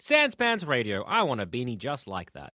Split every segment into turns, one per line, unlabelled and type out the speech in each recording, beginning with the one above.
Sanspants Radio. I want a beanie just like that.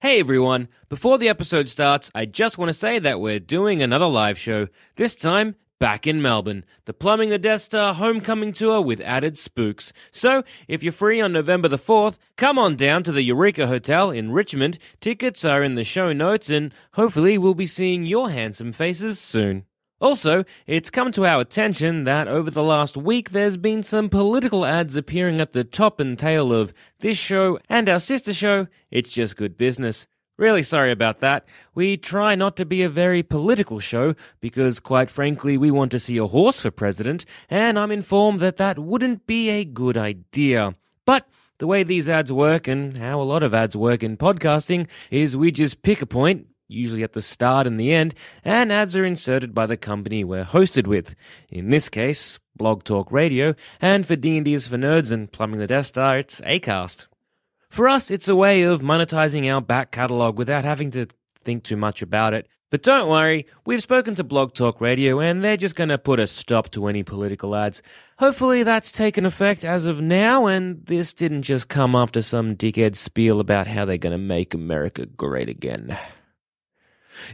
Hey everyone, before the episode starts, I just want to say that we're doing another live show, this time back in Melbourne. The Plumbing the Death Star Homecoming Tour with added spooks. So, if you're free on November the 4th, come on down to the Eureka Hotel in Richmond. Tickets are in the show notes and hopefully we'll be seeing your handsome faces soon. Also, it's come to our attention that over the last week there's been some political ads appearing at the top and tail of this show and our sister show, It's Just Good Business. Really sorry about that. We try not to be a very political show because, quite frankly, we want to see a horse for president, and I'm informed that that wouldn't be a good idea. But the way these ads work and how a lot of ads work in podcasting is we just pick a point, usually at the start and the end, and ads are inserted by the company we're hosted with. In this case, Blog Talk Radio, and for D&D is for Nerds and Plumbing the Death Star, it's Acast. For us, it's a way of monetizing our back catalog without having to think too much about it. But don't worry, we've spoken to Blog Talk Radio and they're just going to put a stop to any political ads. Hopefully that's taken effect as of now and this didn't just come after some dickhead spiel about how they're going to make America great again.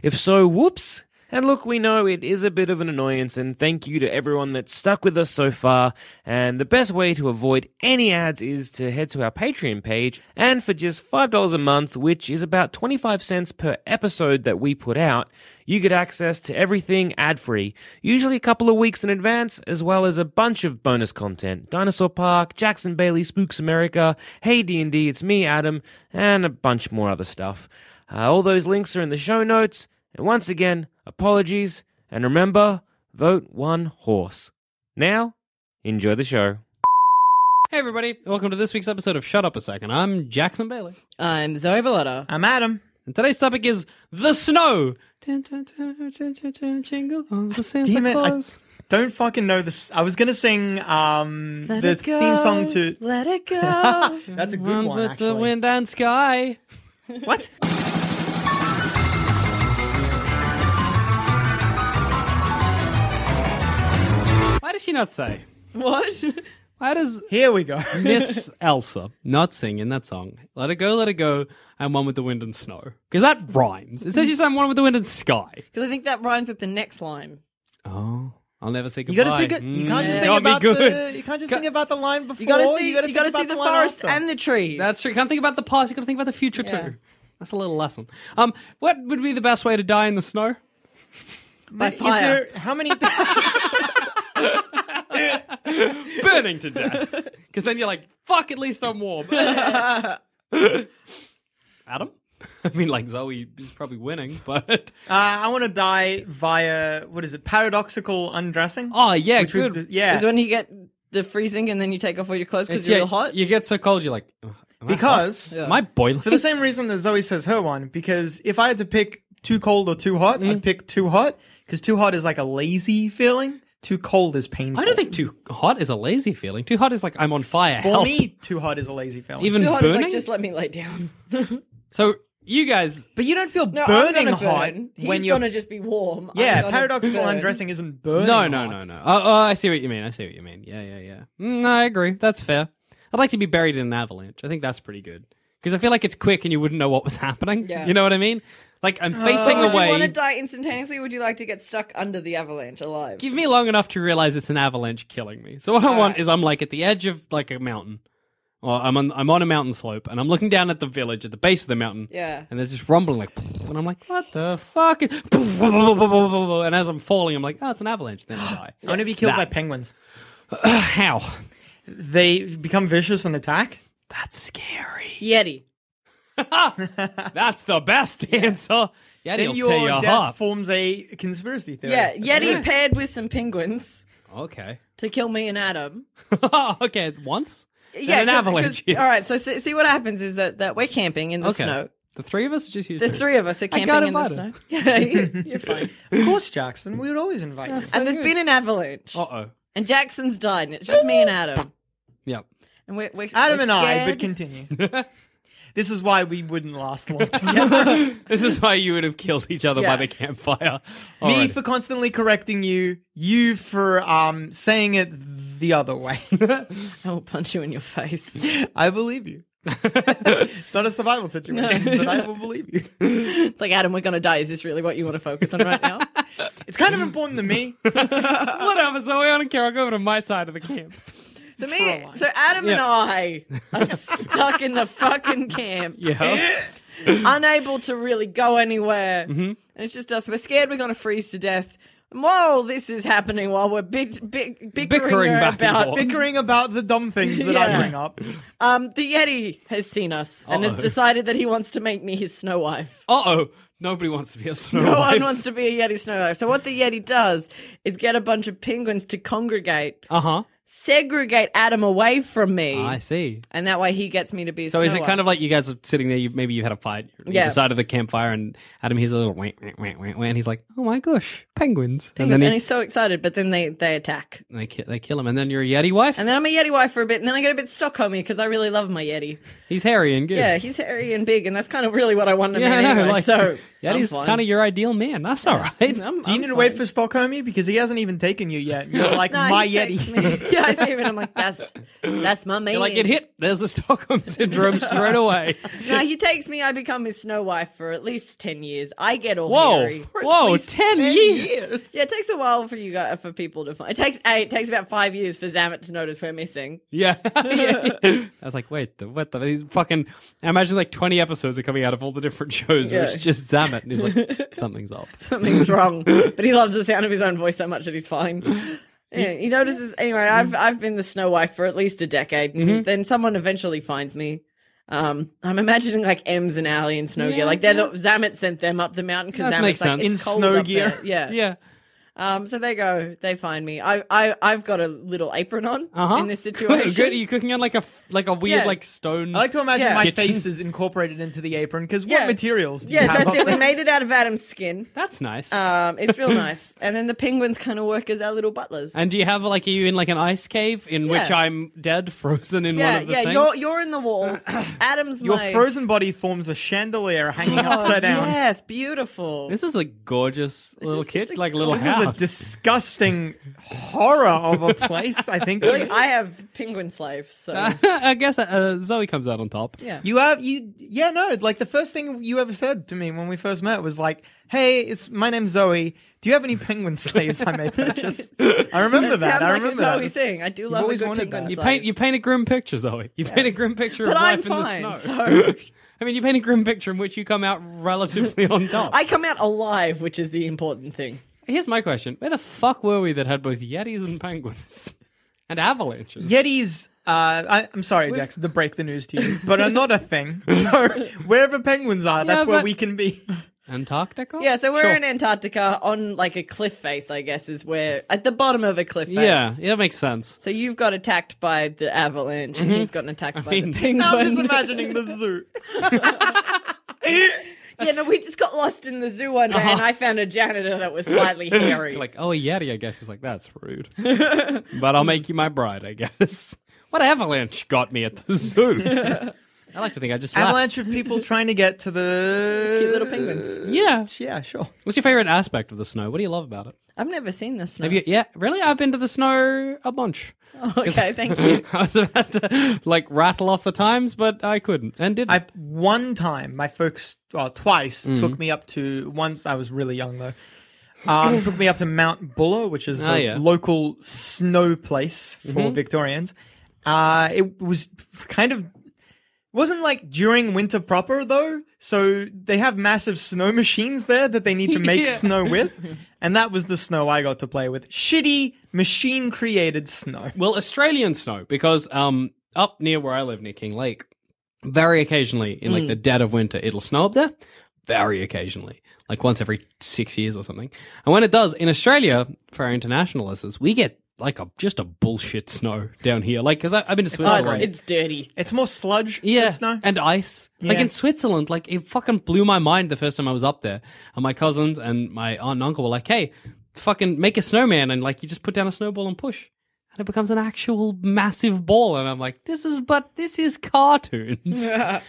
If so, whoops. And look, we know it is a bit of an annoyance, and thank you to everyone that's stuck with us so far. And the best way to avoid any ads is to head to our Patreon page, and for just $5 a month, which is about 25 cents per episode that we put out, you get access to everything ad free, usually a couple of weeks in advance, as well as a bunch of bonus content Dinosaur Park, Jackson Bailey Spooks America, Hey D&D, It's Me, Adam, and a bunch more other stuff. Uh, all those links are in the show notes. And once again, apologies. And remember, vote one horse. Now, enjoy the show.
Hey everybody, welcome to this week's episode of Shut Up a Second. I'm Jackson Bailey.
I'm Zoe Bellotta.
I'm Adam.
And today's topic is the snow. Dun, dun, dun, dun, dun, dun, Jingle all the Santa
Damn it, I-
Claus.
Don't fucking know this. I was gonna sing um
Let
the
it go,
theme song to.
Let it go.
That's a good one.
With the
Actually.
wind and sky.
What?
Why does she not say?
what?
Why does
Here we go.
Miss Elsa not sing in that song? Let it go, let it go, and one with the wind and snow. Because that rhymes. It says you sang one with the wind and sky.
Because I think that rhymes with the next line.
Oh, I'll never say
You
goodbye.
gotta think. Of, you can't just
Mm,
think
got me
about
good.
the. You can't just think about the line before.
You gotta see. You gotta,
think
see
about
the,
line
forest
after.
and the trees.
That's true. You can't think about the past. You gotta think about the future
Yeah.
too. That's a little lesson. Um, what would be the best way to die in the snow?
By
Is
fire.
there how many? uh,
burning to death. Because then you're like, fuck, at least I'm warm. Adam? I mean, like, Zoe is probably winning, but.
Uh, I want to die via what is it? Paradoxical undressing.
Oh, yeah,
Which we've
good.
dis- Ah, yeah.
Is when you get the freezing and then you take off all your clothes because
It's-
you're
yeah,
real hot.
You get so cold, you're like, "Ugh, am I hot?
because
Am I boiling?
for the same reason that Zoe says her one. Because if I had to pick too cold or too hot,
Mm.
I'd pick too hot. Because too hot is like a lazy feeling. Too cold is painful.
I don't think too hot is a lazy feeling. Too hot is like, I'm on fire.
For
help.
me, too hot is a lazy feeling.
Even
Too hot is
burning?
like, just let me lay down.
So, you guys.
But you don't feel
No,
burning
I'm gonna
hot
burn. He's
when you're.
gonna just be warm. I'm
yeah,
gonna
paradoxical
burn.
undressing isn't burning.
No, no, no,
hot.
no. Oh, oh, I see what you mean. I see what you mean. Yeah, yeah, yeah. Mm, I agree. That's fair. I'd like to be buried in an avalanche. I think that's pretty good. Because I feel like it's quick and you wouldn't know what was happening.
Yeah. Oh.
You know what I mean? Like I'm facing
Would you
away.
want to die instantaneously? Or would you like to get stuck under the avalanche alive?
Give me long enough to realize it's an avalanche killing me. So what I want is I'm like at the edge of like a mountain. Or I'm on I'm on a mountain slope and I'm looking down at the village at the base of the mountain.
Yeah.
And there's this rumbling like and I'm like, what the fuck? is-" And as I'm falling, I'm like, oh it's an avalanche, then I die.
I want to be killed
Nah.
by penguins.
How?
They become vicious and attack.
That's scary.
Yeti.
That's the best answer. Yeah,
Then
it'll
your
tear you
death
apart.
forms a conspiracy theory.
Yeah, Yeti paired with some penguins
okay.
to kill me and Adam.
okay, once? Then
Yeah,
an
'cause-
avalanche.
'cause- All right,
hits.
so see, see what happens is that, that we're camping in the
Okay.
snow.
The three of us or just you
The
two?
three of us are camping
got
in the snow.
invited.
Yeah, you- you're fine.
Of course, Jackson. We would always invite you.
and there's been an avalanche,
Uh oh.
and Jackson's died, and it's just me and Adam.
Yep.
And we're, we're
Adam
we're
and I,
scared.
but continue. this is why we wouldn't last long together.
This is why you would have killed each other by
Yeah.
the campfire.
Me
Alrighty.
for constantly correcting you, you for um saying it the other way.
I will punch you in your face.
I believe you. it's not a survival situation, but I will believe you.
it's like Adam, we're gonna die. Is this really what you want to focus on right now?
It's kind of important to me.
Whatever, so Leon and Carol go over to my side of the camp.
so me, so Adam and
Yeah.
I are stuck in the fucking camp.
Yeah. Mm-hmm.
unable to really go anywhere. And it's just us. We're scared we're going to freeze to death. And while this is happening, while we're big, big, bickering,
Bickering back and
about,
forth.
Bickering about the dumb things that I
Yeah.
bring up.
um, the Yeti has seen us and has
Uh-oh.
decided that he wants to make me his snow wife.
Uh oh. Nobody wants to be a snow
No
wife.
one wants to be a Yeti snow wife. So what the Yeti does is get a bunch of penguins to congregate,
Uh huh.
segregate Adam away from me,
I see.
and that way he gets me to be. A
So
snow
is it
wife.
kind of like you guys are sitting there? You, maybe you had a fight. You're on
Yeah.
The side of the campfire, and Adam hears a little wah, wah, wah, wah, wah, and he's like, "Oh my gosh, penguins!"
penguins?
And
And,
then he,
he's so excited, but then they they attack.
they, ki- they kill him, and then you're a yeti wife.
And then I'm a Yeti wife for a bit, and then I get a bit Stockholmy because I really love my Yeti.
he's hairy and good.
Yeah, he's hairy and big, and that's kind of really what I wanted him
yeah,
yeah,
I know.
anyway.
like,
so
yeti's
I'm fine.
kind of your ideal man. That's all right.
I'm-
Do you
I'm
need to wait
fine.
for Stockholmie? Because he hasn't even taken you yet. You're like
No,
my
he takes
Yeti.
me. yeah, I see him, and I'm like, that's that's my man.
you're like, get hit. There's the Stockholm syndrome straight away.
No, he takes me. I become his Snow Wife for at least ten years. I get all
Whoa,
hairy.
whoa, ten, years.
Yeah, it takes a while for you guys, for people to find. It takes eh, it takes about five years for Zamet to notice we're missing.
Yeah. I was like, wait, the, what the? He's fucking. I imagine like 20 episodes are coming out of all the different shows where
Yeah.
it's just Zamet. And he's like, something's up.
Something's wrong, but he loves the sound of his own voice so much that he's fine. Yeah, he notices anyway. I've I've been the Snow Wife for at least a decade.
Mm-hmm.
Then someone eventually finds me. Um, I'm imagining like Ems and Allie in snow gear. Like they're the, Zamet sent them up the mountain because
That
Zamet's
makes
like
sense.
it's
In
cold
snow
up
gear.
there. Yeah.
Yeah.
Um, so they go. They find me. I I I've got a little apron on
Uh-huh.
in this
Good,
situation.
Good. Are you cooking on like a f- like a weird
Yeah.
like stone?
I like to imagine
Yeah.
my
Kitchen.
face is incorporated into the apron because
Yeah.
what materials do you
Yeah,
have?
that's it. We made it out of Adam's skin.
That's nice.
Um, it's real nice. And then the penguins kind of work as our little butlers.
and do you have like are you in like an ice cave in which
Yeah.
I'm dead, frozen in
yeah,
one of the
yeah.
things?
You're you're in the walls. Adam's
Your
my...
frozen body forms a chandelier hanging
Oh,
upside down.
Yes, beautiful.
This is a gorgeous little
is just
kit,
a
like little
gorgeous-
This
house.
is a disgusting horror of a place. I think
Like, I have penguin slaves, so
I guess uh, Zoe comes out on top.
yeah.
you have you. Yeah, no. Like the first thing you ever said to me when we first met was like, "Hey, it's my name's Zoe. Do you have any penguin slaves I may purchase?" I remember
Sounds
that. I
like
remember
a
that.
Zoe thing. I do love a
always
good
wanted
penguin
that.
You
slave.
paint you paint a grim picture, Zoe. You paint a grim picture
but
of
I'm
life
fine,
in the snow.
so
I mean, you paint a grim picture in which you come out relatively on top.
I come out alive, which is the important thing.
Here's my question: Where the fuck were we that had both yetis and penguins and avalanches?
Yetis. Uh, I, I'm sorry, Jax, to break the news to you, but are not a thing. So wherever penguins are, that's
Yeah,
where
but-
we can be.
Antarctica?
Yeah, so we're
Sure.
in Antarctica on like a cliff face, I guess, is where at the bottom of a cliff face.
yeah, yeah, that makes sense.
So you've got attacked by the avalanche, and he's gotten attacked by
mean-
the penguin.
I'm just imagining the zoo.
yeah, no, we just got lost in the zoo one day, and I found a janitor that was slightly hairy.
You're like, oh, a yeti, I guess. He's like, that's rude, but I'll make you my bride, I guess. What avalanche got me at the zoo? I like to think I just laughed.
Avalanche of people trying to get to the
Cute little penguins.
Yeah.
Yeah, sure.
What's your favorite aspect of the snow? What do you love about it?
I've never seen the snow.
Have you? Yeah, really? I've been to the snow a bunch.
okay, thank you.
I was about to like rattle off the times, but I couldn't and didn't.
I one time my folks, well, twice
Mm-hmm.
took me up to. Once I was really young though. Um, took me up to Mount Buller, which is the
Ah, yeah. Mm-hmm.
local snow place for Victorians. Uh, it was kind of wasn't like during winter proper though, so they have massive snow machines there that they need to make
Yeah.
snow with, and that was the snow I got to play with. Shitty machine created snow.
Well, Australian snow, because um, up near where I live, near King Lake, very occasionally in like the dead of winter, it'll snow up there. Very occasionally, like once every six years or something. And when it does in Australia, for our international listeners, we get like a just a bullshit snow down here. Like, because I've been to
Oh,
Switzerland.
it's, it's dirty.
It's more sludge
Yeah,
than snow.
and ice. Like
Yeah.
in Switzerland, like it fucking blew my mind the first time I was up there. And my cousins and my aunt and uncle were like, "Hey, fucking make a snowman!" And like you just put down a snowball and push, and it becomes an actual massive ball. And I'm like, "This is, but this is cartoons."
uh,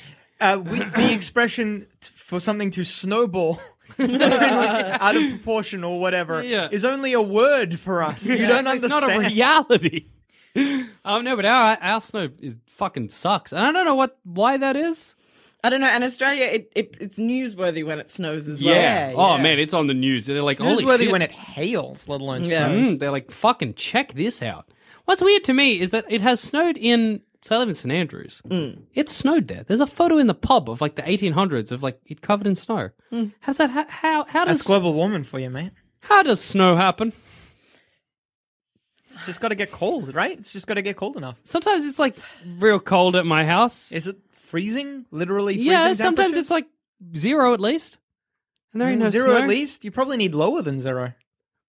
we, the expression t- for something to snowball out of proportion or whatever
Yeah.
is only a word for us. You don't
It's
understand.
not a reality. um, no, but our our snow is fucking sucks, and I don't know what why that is.
I don't know. And Australia, it, it it's newsworthy when it snows as well.
Yeah,
Oh
yeah.
man, it's on the news. They're like,
It's
"Holy
newsworthy
shit!"
when it hails, let alone
Yeah.
snows.
Mm, they're like, fucking check this out. What's weird to me is that it has snowed in. So I live in St Andrews.
Hmm.
It snowed there. There's a photo in the pub of like the 1800s of like it covered in snow. How's that? Ha- how how
Hmm. That's
does
global warming for you, man.
how does snow happen?
It's just got to get cold, right? It's just got to get cold enough.
Sometimes it's like real cold at my house.
Is it freezing? Literally freezing
yeah, sometimes
temperatures?
it's like zero at least, and there ain't no
zero
snow.
at least. You probably need lower than zero.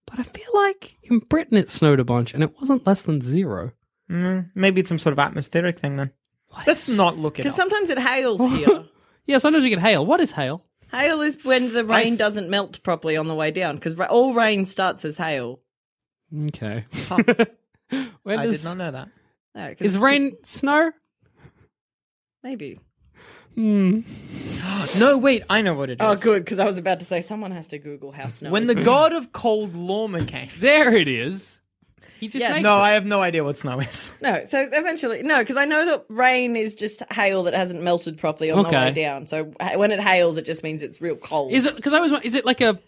But I feel like in Britain it snowed a bunch, and it wasn't less than zero.
Mm, maybe it's some sort of atmospheric thing then. Let's not look it up.
Because sometimes it hails here.
Yeah, sometimes we get hail. What is hail?
hail is when the rain
Ice.
doesn't melt properly on the way down. Because ra- all rain starts as hail.
Okay. When
I did
does-
not know that.
No, 'cause
Is
it's
rain snow?
Maybe.
Hmm.
No, wait, I know what it is.
Oh, good, because I was about to say someone has to Google how snow.
When
is.
the god of cold Lorma came.
There it is. He just
Yes.
makes
No,
it.
I have no idea what snow is.
no, so eventually no, because I know that rain is just hail that hasn't melted properly on the
Okay.
way down. So ha- when it hails, it just means it's real cold.
Is it because I was? Is it like a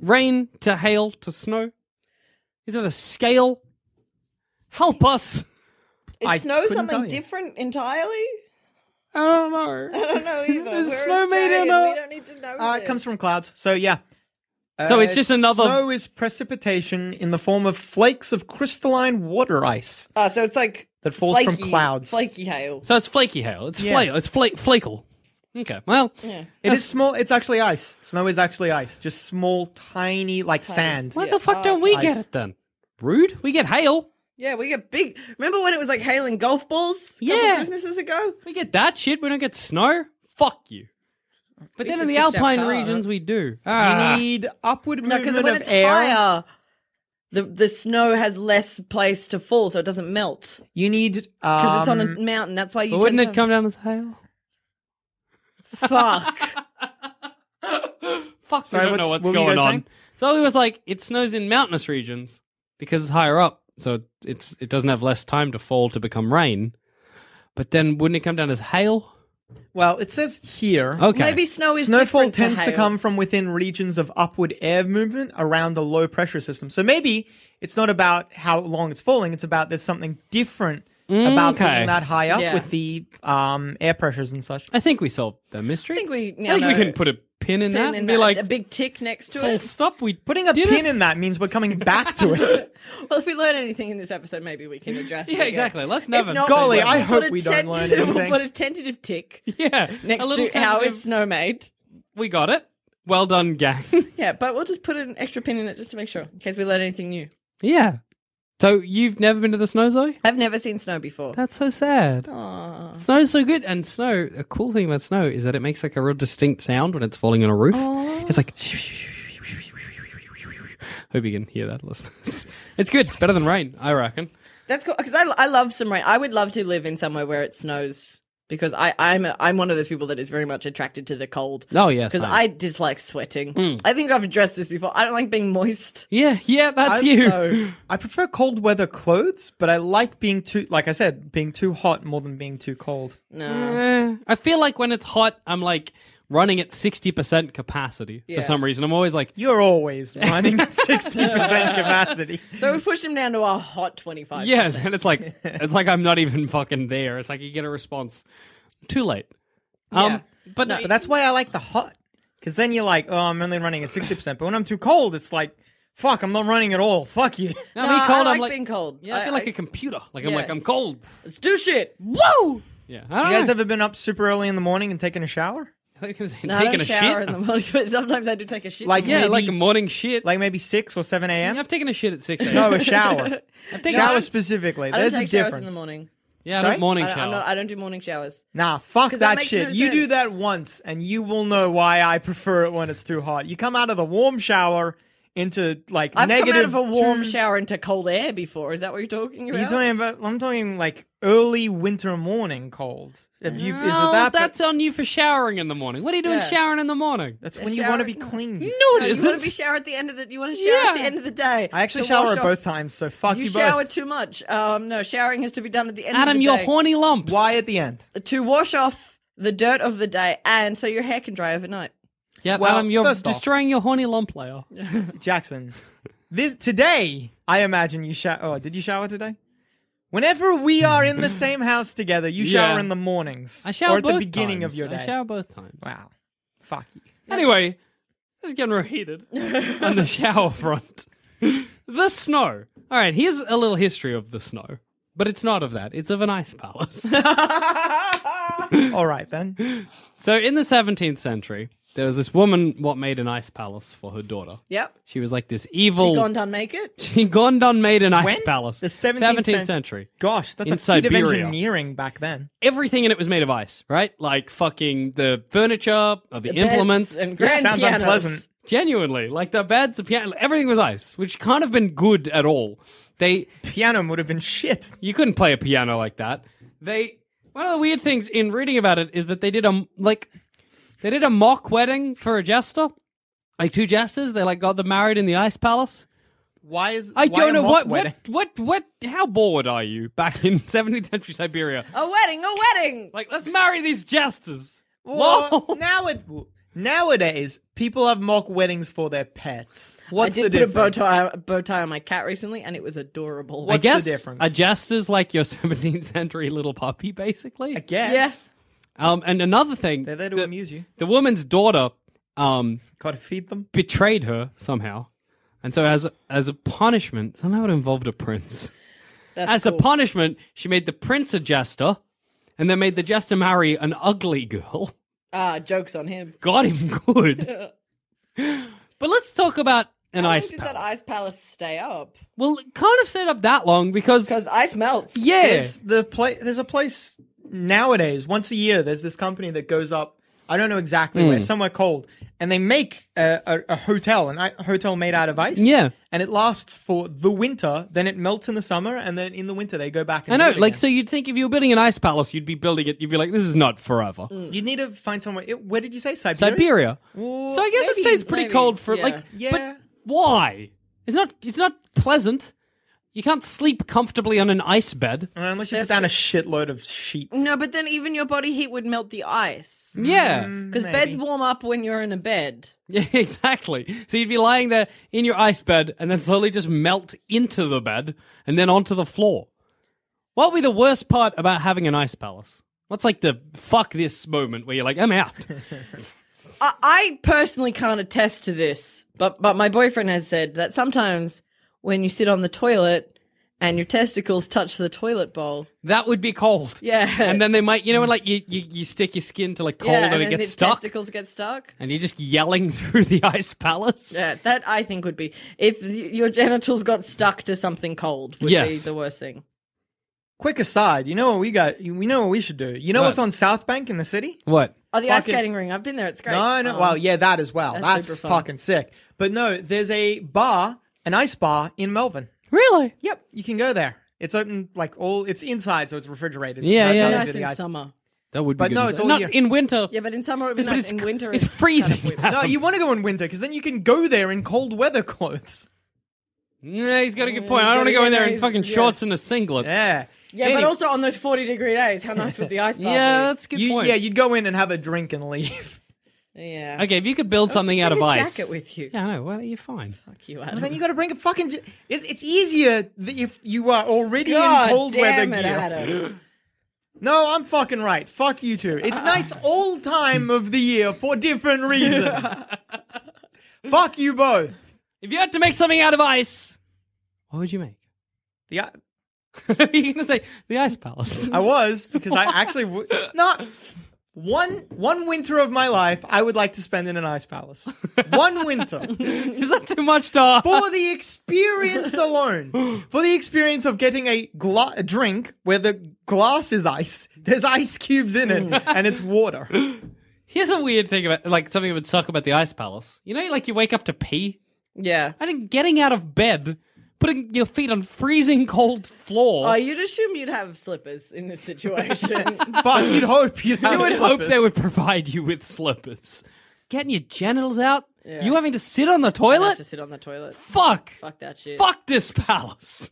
rain to hail to snow? Is it a scale? Help us!
Is
I
snow
couldn't tell
something
you.
different entirely?
I don't know.
I don't know either.
Is
We're
snow made in
Australian.
a-
We don't need to know.
Uh, it
this.
comes from clouds. So yeah. Uh,
So it's just another-
Snow is precipitation in the form of flakes of crystalline water ice.
Ah, so it's like
That falls from
flaky-
clouds.
Flaky hail.
So it's flaky hail. It's
Yeah.
flake. It's flake. Flakal. Okay. Well,
It is small. It's actually ice. Snow is actually ice. Just small, tiny, like sand.
why the fuck don't we get
Ice.
it then? Rude. We get hail.
Yeah, we get big. Remember when it was like hailing golf balls? A couple
Yeah.
Christmases ago.
We get that shit. We don't get snow. Fuck you. But then in the alpine regions, we do. Ah.
You need upward
No,
movement
because Mm. when
of
it's
air.
higher, the the snow has less place to fall, so it doesn't melt
You need
because it's on a
um,
mountain. That's why you.
but wouldn't
tend
it
to-
come down as hail?
Fuck.
Fuck,
Sorry,
we don't know what's
what's- what were you
going
guys
on.
saying?
So it was like it snows in mountainous regions because it's higher up, so it's it doesn't have less time to fall to become rain. But then wouldn't it come down as hail?
Well, it says here.
Okay,
Maybe snow is
Snowfall
different
tends to,
hail.
come from within regions of upward air movement around a low pressure system. So maybe it's not about how long it's falling, it's about there's something different about
Okay.
being that high up
Yeah.
with the um, air pressures and such.
I think we solved the mystery.
I think we
I
now
think we
know.
can put a pin in
Pin
that
in
and be
that,
like
a big tick next to
full
it.
stop. We
Putting a
did
pin
it.
in that means we're coming back to it.
Well, if we learn anything in this episode, maybe we can address it.
Yeah,
again.
exactly. Let's
If
never.
not,
Golly,
we'll
I
put
hope
a
we don't learn
tentative-
anything.
We'll put a tentative tick
yeah,
next
a little
to how
tentative-
is snow made.
we got it. Well done, gang.
Yeah, but we'll just put an extra pin in it just to make sure, in case we learn anything new.
yeah. So you've never been to the snow zoo?
I've never seen snow before.
That's so sad.
Aw.
Snow's so good, and snow. A cool thing about snow is that it makes like a real distinct sound when it's falling on a roof. It's like. Hope you can hear that, listeners. It's good. It's better than rain, I reckon.
That's cool because I, I love some rain. I would love to live in somewhere where it snows because I, I'm a, I'm one of those people that is very much attracted to the cold.
Oh, yeah,
because
same.
I dislike sweating.
Hmm.
I think I've addressed this before. I don't like being moist.
Yeah, yeah, that's
I-
you.
So
I prefer cold weather clothes, but I like being too, like I said, being too hot more than being too cold.
no,
Eh, I feel like when it's hot, I'm like running at 60% capacity
Yeah.
for some reason. I'm always like,
You're always running at 60% capacity.
so we pushed him down to a hot twenty five.
yeah, and it's like it's like I'm not even fucking there. It's like you get a response too late. Um but no,
Uh, But that's why I like the hot. Because then you're like, oh, I'm only running at 60%. But when I'm too cold, it's like, fuck, I'm not running at all. Fuck you.
no,
No,
me cold,
Ah, I like
I'm like
being cold.
Yeah, I, feel like a computer. Like I'm
Yeah.
like I'm cold.
let's do shit.
Whoa. Yeah. I don't
You guys
know.
ever been up super early in the morning and taking a shower?
I was gonna say
No, I
taking
don't
a
shower
shit.
in the morning, but sometimes I do take a shit.
Like
yeah,
maybe,
like a morning shit. Like
like maybe 6 or 7 a.m.?
I've taken a shit at 6 a.m.
No, a shower.
I've taken
shower
a-
specifically.
I don't
There's
take
a
showers in
difference.
the morning.
Yeah, I
Sorry?
don't morning
I,
shower.
I'm not, I don't do morning showers.
Nah, fuck
'Cause
that,
that makes
shit.
no
you do
sense.
that once, and you will know why I prefer it when it's too hot. You come out of the warm shower into like
I've
negative.
come out of a warm
two-
shower into cold air before. Is that what you're talking about?
You're talking about. I'm talking like early winter morning cold. If you, is it
No,
that?
that's on you for showering in the morning. What are you doing
Yeah.
showering in the morning?
that's when you want to be clean.
No, it
No, you
isn't.
want to be shower at the end of the. You want to shower at the
Yeah.
end of the day.
I actually
to
shower
wash
at both
off-
times, so fuck you,
You shower
both.
too much. Um, no, showering has to be done at the end of
Adam,
the
you're
day
horny lumps.
Why at the end?
to wash off the dirt of the day, and so your hair can dry overnight.
Yeah,
Well,
Adam, you're
first off-
destroying your horny lump layer.
Jackson, this today, I imagine you shower. Oh, did you shower today? Whenever we are in the same house together, you shower
Yeah.
in the mornings
I shower
or at the
both
beginning
times.
of your day.
I shower both times.
Wow, fuck you.
Anyway, this is getting real heated on the shower front. the snow. All right, here's a little history of the snow, but it's not of that. It's of an ice palace.
All right then.
so in the 17th century, there was this woman what made an ice palace for her daughter.
Yep.
She was like this
She
evil.
gone done make it.
She gone done made an ice
When?
palace.
The 17th cen-
century.
Gosh, that's
In
a feat of
Siberia.
engineering back then.
Everything in it was made of ice, right? Like fucking the furniture, or the, implements,
Beds and grand
sounds
pianos.
unpleasant.
Genuinely, like the beds, the piano, everything was ice, which can't have been good at all. They,
Piano would have been shit.
you couldn't play a piano like that. They, one of the weird things in reading about it is that they did a like, they did a mock wedding for a jester, like two jesters. They like got them married in the ice palace.
Why is
I
why a
don't know
mock
what,
wedding?
what what what how bored are you back in 17th century Siberia?
A wedding, a wedding.
Like, let's marry these jesters.
Well,
Lol.
now it nowadays people have mock weddings for their pets. What's
I did
the
put
difference?
a bow tie, a bow tie on my cat recently, and it was adorable.
I
What's the
guess
difference?
a jester's like your 17th century little puppy, basically.
I guess.
Yeah.
Um, and another thing,
They're there to
the,
amuse you.
the woman's daughter um,
Gotta feed them.
betrayed her somehow, and so as as a punishment, somehow it involved a prince.
That's
As
cool.
a punishment, she made the prince a jester, and then made the jester marry an ugly girl.
Ah, jokes on him.
Got him good. but let's talk about an
How long
ice
did
palace.
that ice palace stay up?
well, it can't have stayed up that long because
Because ice melts.
yeah,
There's the pla- there's a place nowadays, once a year, there's this company that goes up. I don't know exactly where, somewhere cold, and they make a, a, a hotel, an i- a hotel made out of ice.
Yeah.
and it lasts for the winter. Then it melts in the summer, and then in the winter they go back. And
I know.
do it
Like,
again.
so you'd think if you were building an ice palace, you'd be building it. You'd be like, this is not forever.
you need to find somewhere. It, where did you say Siberia?
Siberia.
Well,
so I guess
maybe-
it stays pretty
maybe,
cold for
yeah.
like.
Yeah.
But why? It's not. It's not pleasant. You can't sleep comfortably on an ice bed.
Unless you
That's
put down a shitload of sheets.
No, but then even your body heat would melt the ice.
Mm, Yeah.
Because beds warm up when you're in a bed.
Yeah. Exactly. So you'd be lying there in your ice bed, and then slowly just melt into the bed, and then onto the floor. What would be the worst part about having an ice palace? What's like the fuck this moment where you're like, I'm out.
I, I personally can't attest to this, but but my boyfriend has said that sometimes when you sit on the toilet and your testicles touch the toilet bowl,
That would be cold.
Yeah.
And then they might, you know, like you, you, you stick your skin to like cold
yeah,
and,
and
it
then
gets
the
stuck.
testicles get stuck.
And you're just yelling through the ice palace.
Yeah, that I think would be if y- your genitals got stuck to something cold would be
Yes.
the worst thing.
Quick aside, you know what we got? We know what we should do. You know
What?
what's on South Bank in the city?
What?
Oh, the ice
Fucking-
skating ring! I've been there; it's great.
No, no.
Um,
well, yeah, that as well.
that's
That's,
super fun.
fucking sick. But no, there's a bar, an ice bar in Melbourne.
Really?
Yep, you can go there. It's open like all. It's inside, so it's refrigerated.
Yeah,
That's
yeah.
how they
nice
do the
in
ice-
summer.
That would be
But
good.
no,
as-
it's all
not
year.
in winter.
Yeah, but in summer it would be
Yes, but
nice.
it's
in
c-
winter,
it's
kind of
freezing.
weird.
No, you want to go in winter because then you can go there in cold weather clothes.
Nah, he's got a good
Yeah,
point.
he's
I don't want to
got a
go in
good
there in
nice-
fucking
yeah.
shorts and a singlet. Yeah,
Yeah.
Yeah, but
Any-
also on those forty degree days, how nice would the ice bar
that's a good
you,
point.
yeah, you'd go in and have a drink and leave.
be? Yeah.
okay, if you could build something
Just
out
bring
of
a
ice.
Jacket with you.
Yeah, I know. Well, you're fine.
Fuck you,
But
Adam.
then you got to bring a fucking. j- It's, it's easier that if you are already
God
in cold
damn
weather
it,
gear.
Adam.
No, I'm fucking right. Fuck you two. It's nice all time of the year for different reasons. Fuck you both.
If you had to make something out of ice, what would you make?
The, i-
you're gonna say the ice palace.
I was because I actually w- not one one winter of my life I would like to spend in an ice palace. One winter.
Is that too much to ask?
for the experience alone, for the experience of getting a, gla- a drink where the glass is ice, there's ice cubes in
Mm.
it, and it's water.
Here's a weird thing about like something that would suck about the ice palace. You know, like you wake up to pee.
Yeah.
Imagine getting out of bed, putting your feet on freezing cold floor.
Oh, you'd assume you'd have slippers in this situation.
Fuck, you'd hope you'd have
I would hope
slippers.
they would provide you with slippers. Getting your genitals out. You having to sit on the toilet.
have to sit on the toilet.
Fuck.
Fuck that shit.
Fuck this palace.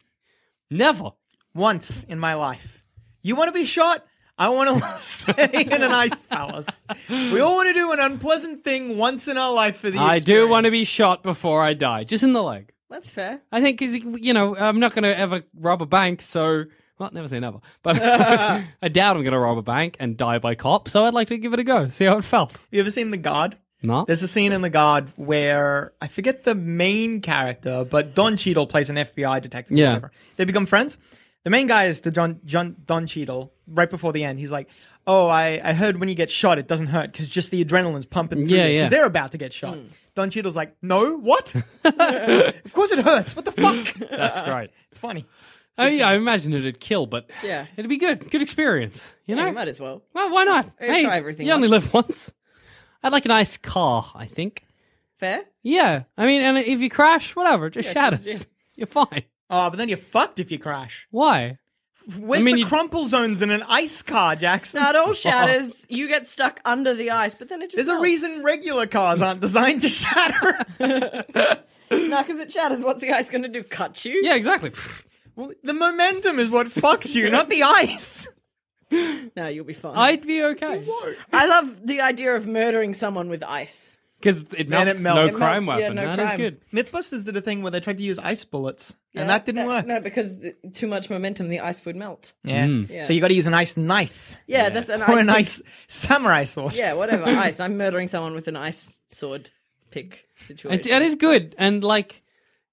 Never.
once in my life. You want to be shot? I want to stay in an ice palace. We all want to do an unpleasant thing once in our life for the.
I do
experience.
want to be shot before I die, just in the leg.
That's fair.
I think, 'cause, you know, I'm not going to ever rob a bank, so. Well, never say never. But I doubt I'm going to rob a bank and die by cop, so I'd like to give it a go, see how it felt.
You ever seen The Guard?
No?
There's a scene in The Guard where I forget the main character, but Don Cheadle plays an FBI detective. or
Yeah.
whatever. They become friends. The main guy is the John, John Don Cheadle. Right before the end, he's like, "Oh, I, I heard when you get shot, it doesn't hurt because just the adrenaline's pumping through
Yeah,
you,
yeah.
they're about to get shot." Don Cheadle's like, "No, what? of course it hurts. What the fuck?"
That's great.
it's funny.
I, yeah, I imagine it'd kill, but
Yeah.
it'd be good. Good experience. You know?
Yeah, you might as well.
Well, why not?
Hey, try everything
You only
once.
live once. I'd like a nice car, I think.
Fair?
Yeah. I mean, and if you crash, whatever, it just shatters.
just-
You're fine.
Oh, but then you're fucked if you crash.
Why?
Where's
I mean,
the
you-
crumple zones in an ice car, Jackson?
Now it all shatters. You get stuck under the ice, but then it just
There's a
melts.
reason regular cars aren't designed to shatter.
No, because it shatters. What's the ice going to do? Cut you?
Yeah, exactly.
Well, The momentum is what fucks you, not the ice.
No, you'll be fine.
I'd be okay.
I love the idea of murdering someone with ice.
Because it
Man,
melts,
it
no
melts.
It
crime
melts, yeah,
weapon.
no
That is
crime.
good.
Mythbusters did a thing where they tried to use ice bullets, and that didn't work.
No, because th- too much momentum, the ice would melt.
Yeah. So you got to use an ice knife
Yeah, that's an ice.
or an
pick.
ice samurai sword.
Yeah, whatever. ice. I'm murdering someone with an ice sword pick
It,
situation.
it is good. And like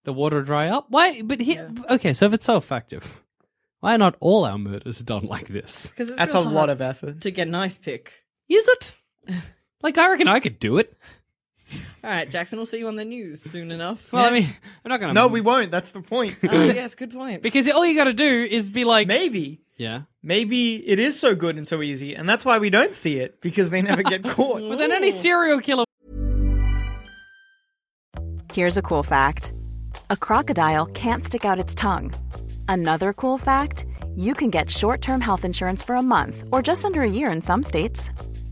the water would dry up. Why? But here, okay, so if it's so effective, why are not all our murders done like this?
Because it's
That's a
real
lot
hard
of effort.
to get an ice pick.
Is it? Like, I reckon I could do it.
All right, Jackson. We'll see you on the news soon enough.
Well, I mean, I'm not going to.
No, we won't. That's the point.
Oh, yes, good point.
Because all you got to do is be like.
maybe,
Yeah.
maybe it is so good and so easy, and that's why we don't see it because they never get caught.
But then any serial killer
Here's a cool fact a crocodile can't stick out its tongue. Another cool fact you can get short term health insurance for a month or just under a year in some states.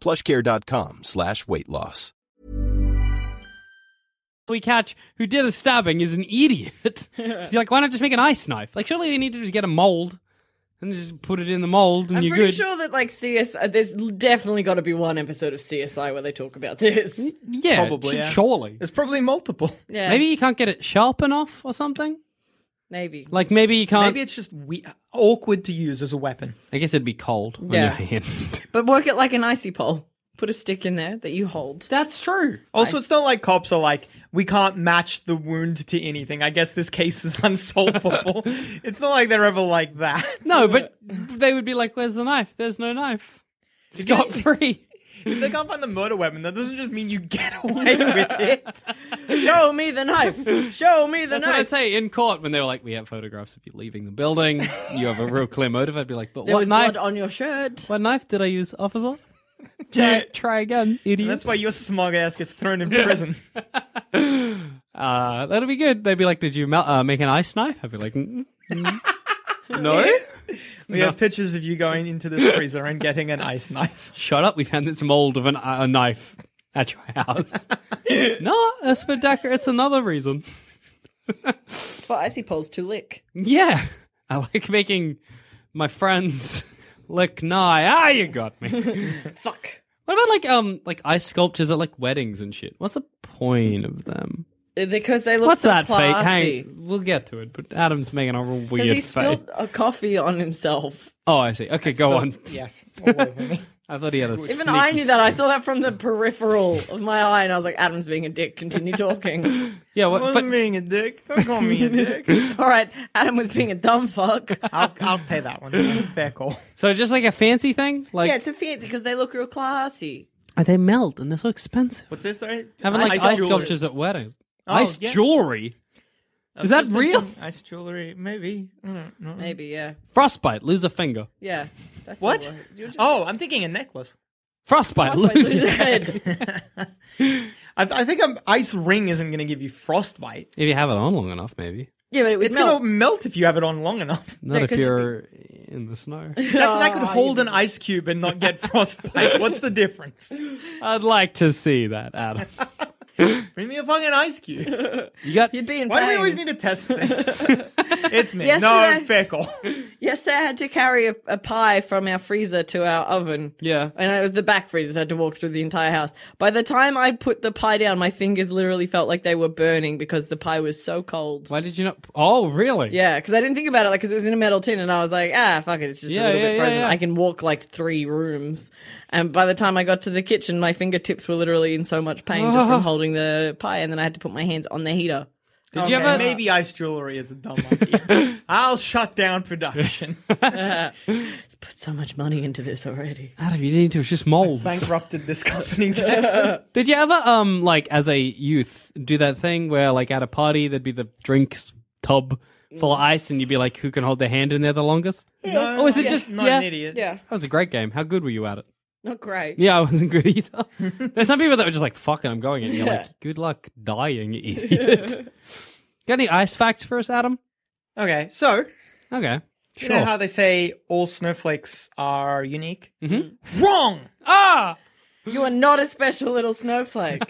PlushCare.com slash weight loss.
we catch who did a stabbing is an idiot. He's like, why not just make an ice knife? Like, surely they need to just get a mold and just put it in the mold and
I'm
you're
pretty
good.
sure that like CS, uh, there's definitely got to be one episode of CSI where they talk about
Hmm?
this.
yeah,
Probably,
sh-
yeah.
surely.
There's probably multiple.
Yeah,
Maybe you can't get it sharp enough or something.
maybe.
Like maybe you can't.
Maybe it's just we- awkward to use as a weapon.
I guess it'd be cold. on
Yeah.
your hand.
But work it like an icy pole. Put a stick in there that you hold.
that's true.
Also, it's not like cops are like, we can't match the wound to anything. I guess this case is unsolvable. it's not like they're ever like that.
No, but they would be like, "Where's the knife? There's no knife. Scot free."
If they can't find the murder weapon, that doesn't just mean you get away with it.
Show me the knife. Show me the
That's what I'd
knife.
say in court when they were like, "We have photographs of you leaving the building. You have a real clear motive." I'd be like, "But
There
what
was
knife?
blood on your shirt.
What knife did I use, officer?" Try, try again, idiot.
That's why your smug ass gets thrown in prison.
Uh, that'll be good. They'd be like, "Did you mel- uh, make an ice knife?" I'd be like, "Mm, mm, "No."
We have pictures of you going into this freezer and getting an ice knife.
Shut up. We found this mold of an, uh, a knife at your house. no, it's for decor. It's another reason.
It's for icy poles to lick.
Yeah, I like making my friends lick nigh. Ah, you got me.
Fuck.
what about like um like ice sculptures at like weddings and shit? What's the point of them?
Uh, Because they look
What's
so
that fake?
classy.
Hang, we'll get to it. But Adam's making a real
Because
weird
he
face.
spilled a coffee on himself.
Oh, I see. Okay, go on.
Yes. all over me.
I thought he had a
Even
sneaky...
I knew that. I saw that from the peripheral of my eye, and I was like, "Adam's being a dick." Continue talking.
Yeah,
I
what,
wasn't
but
being a dick. Don't call me a dick.
All right, Adam was being a dumb fuck.
I'll, I'll pay that one. Fair call.
so just like a fancy thing, like
yeah, it's a fancy because they look real classy.
Oh, they melt and they're so expensive.
What's this? Sorry?
Having like ice,
jewelry.
sculptures at weddings,
Oh,
ice
yeah.
jewelry.
I
Is
was
that
just
real?
thinking Ice jewelry, maybe. I don't know.
Maybe, yeah,
Frostbite, lose a finger.
yeah. That's the
What?
word. You're just-
Oh, I'm thinking a necklace.
Frostbite,
Frostbite,
lose
lose
your
your head.
head.
I, I think an ice ring isn't going to give you frostbite.
If you have it on long enough, maybe.
yeah, but it would
It's
melt.
going to melt if you have it on long enough.
Not
Yeah,
if
'cause you
you're in the snow.
Imagine I could
Ah,
hold
you
an ice cube and not get frostbite. What's the difference?
I'd like to see that, Adam.
Bring me a fucking ice cube.
You got
You'd be in
Why do we
pain.
always need to test things? it's me.
Yesterday-
No, fickle.
Yesterday, I had to carry a, a pie from our freezer to our oven.
yeah.
And it was the back freezer, so I had to walk through the entire house. By the time I put the pie down, my fingers literally felt like they were burning because the pie was so cold.
Why did you not? Oh, really?
Yeah, because I didn't think about it, like, because it was in a metal tin, and I was like, ah, fuck it, it's just
Yeah,
a little
yeah,
bit
yeah,
frozen.
yeah.
I can walk like three rooms. And by the time I got to the kitchen, my fingertips were literally in so much pain just from holding the pie, and then I had to put my hands on the heater.
Did you ever?
Maybe ice jewelry is a dumb idea. I'll shut down production.
It's put so much money into this already.
Adam, you didn't do it. It's just molds.
Bankrupted this company, Jackson.
Did you ever, um, like as a youth, do that thing where, like, at a party, there'd be the drinks tub full
Mm.
of ice, and you'd be like, "Who can hold their hand in there the longest?"
No,
Oh, is it
I'm
just-
not
yeah.
an idiot?
Yeah,
That was a great game. How good were you at it?
not great.
Yeah, I wasn't good either. There's some people that were just like, "Fuck it, I'm going it." And you're like, "Good luck dying, you idiot." Got any ice facts for us, Adam?
Okay, so
Okay,
you
sure.
know how they say all snowflakes are unique? Mm-hmm. Wrong.
ah,
You are not a special little snowflake.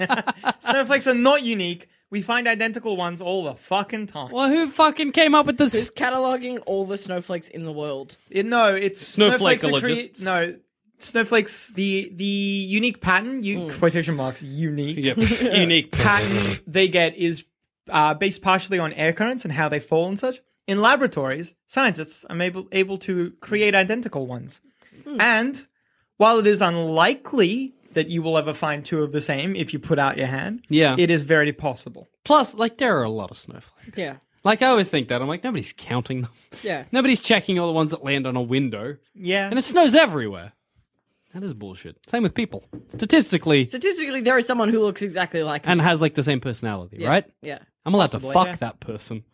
Snowflakes are not unique. We find identical ones all the fucking time.
well, who fucking came up with this?
Who's cataloging all the snowflakes in the world?
It- no, it's snowflakes. are
Snowflakeologists.
no, snowflakes. The the unique pattern, you quotation marks, unique
Hmm. Yeah, pff, unique.
pattern they get is uh, based partially on air currents and how they fall and such. In laboratories, scientists are able, able to create identical ones. And while it is unlikely that you will ever find two of the same if you put out your hand,
Yeah.
it is very possible.
Plus, like, there are a lot of snowflakes.
Yeah.
Like I always think that I'm like nobody's counting them.
Yeah.
Nobody's checking all the ones that land on a window,
Yeah.
and it snows everywhere. That is bullshit. Same with people. Statistically,
Statistically, there is someone who looks exactly like him.
and has like the same personality,
Yeah,
right?
Yeah.
I'm allowed
Possibly,
to fuck
yeah.
that person.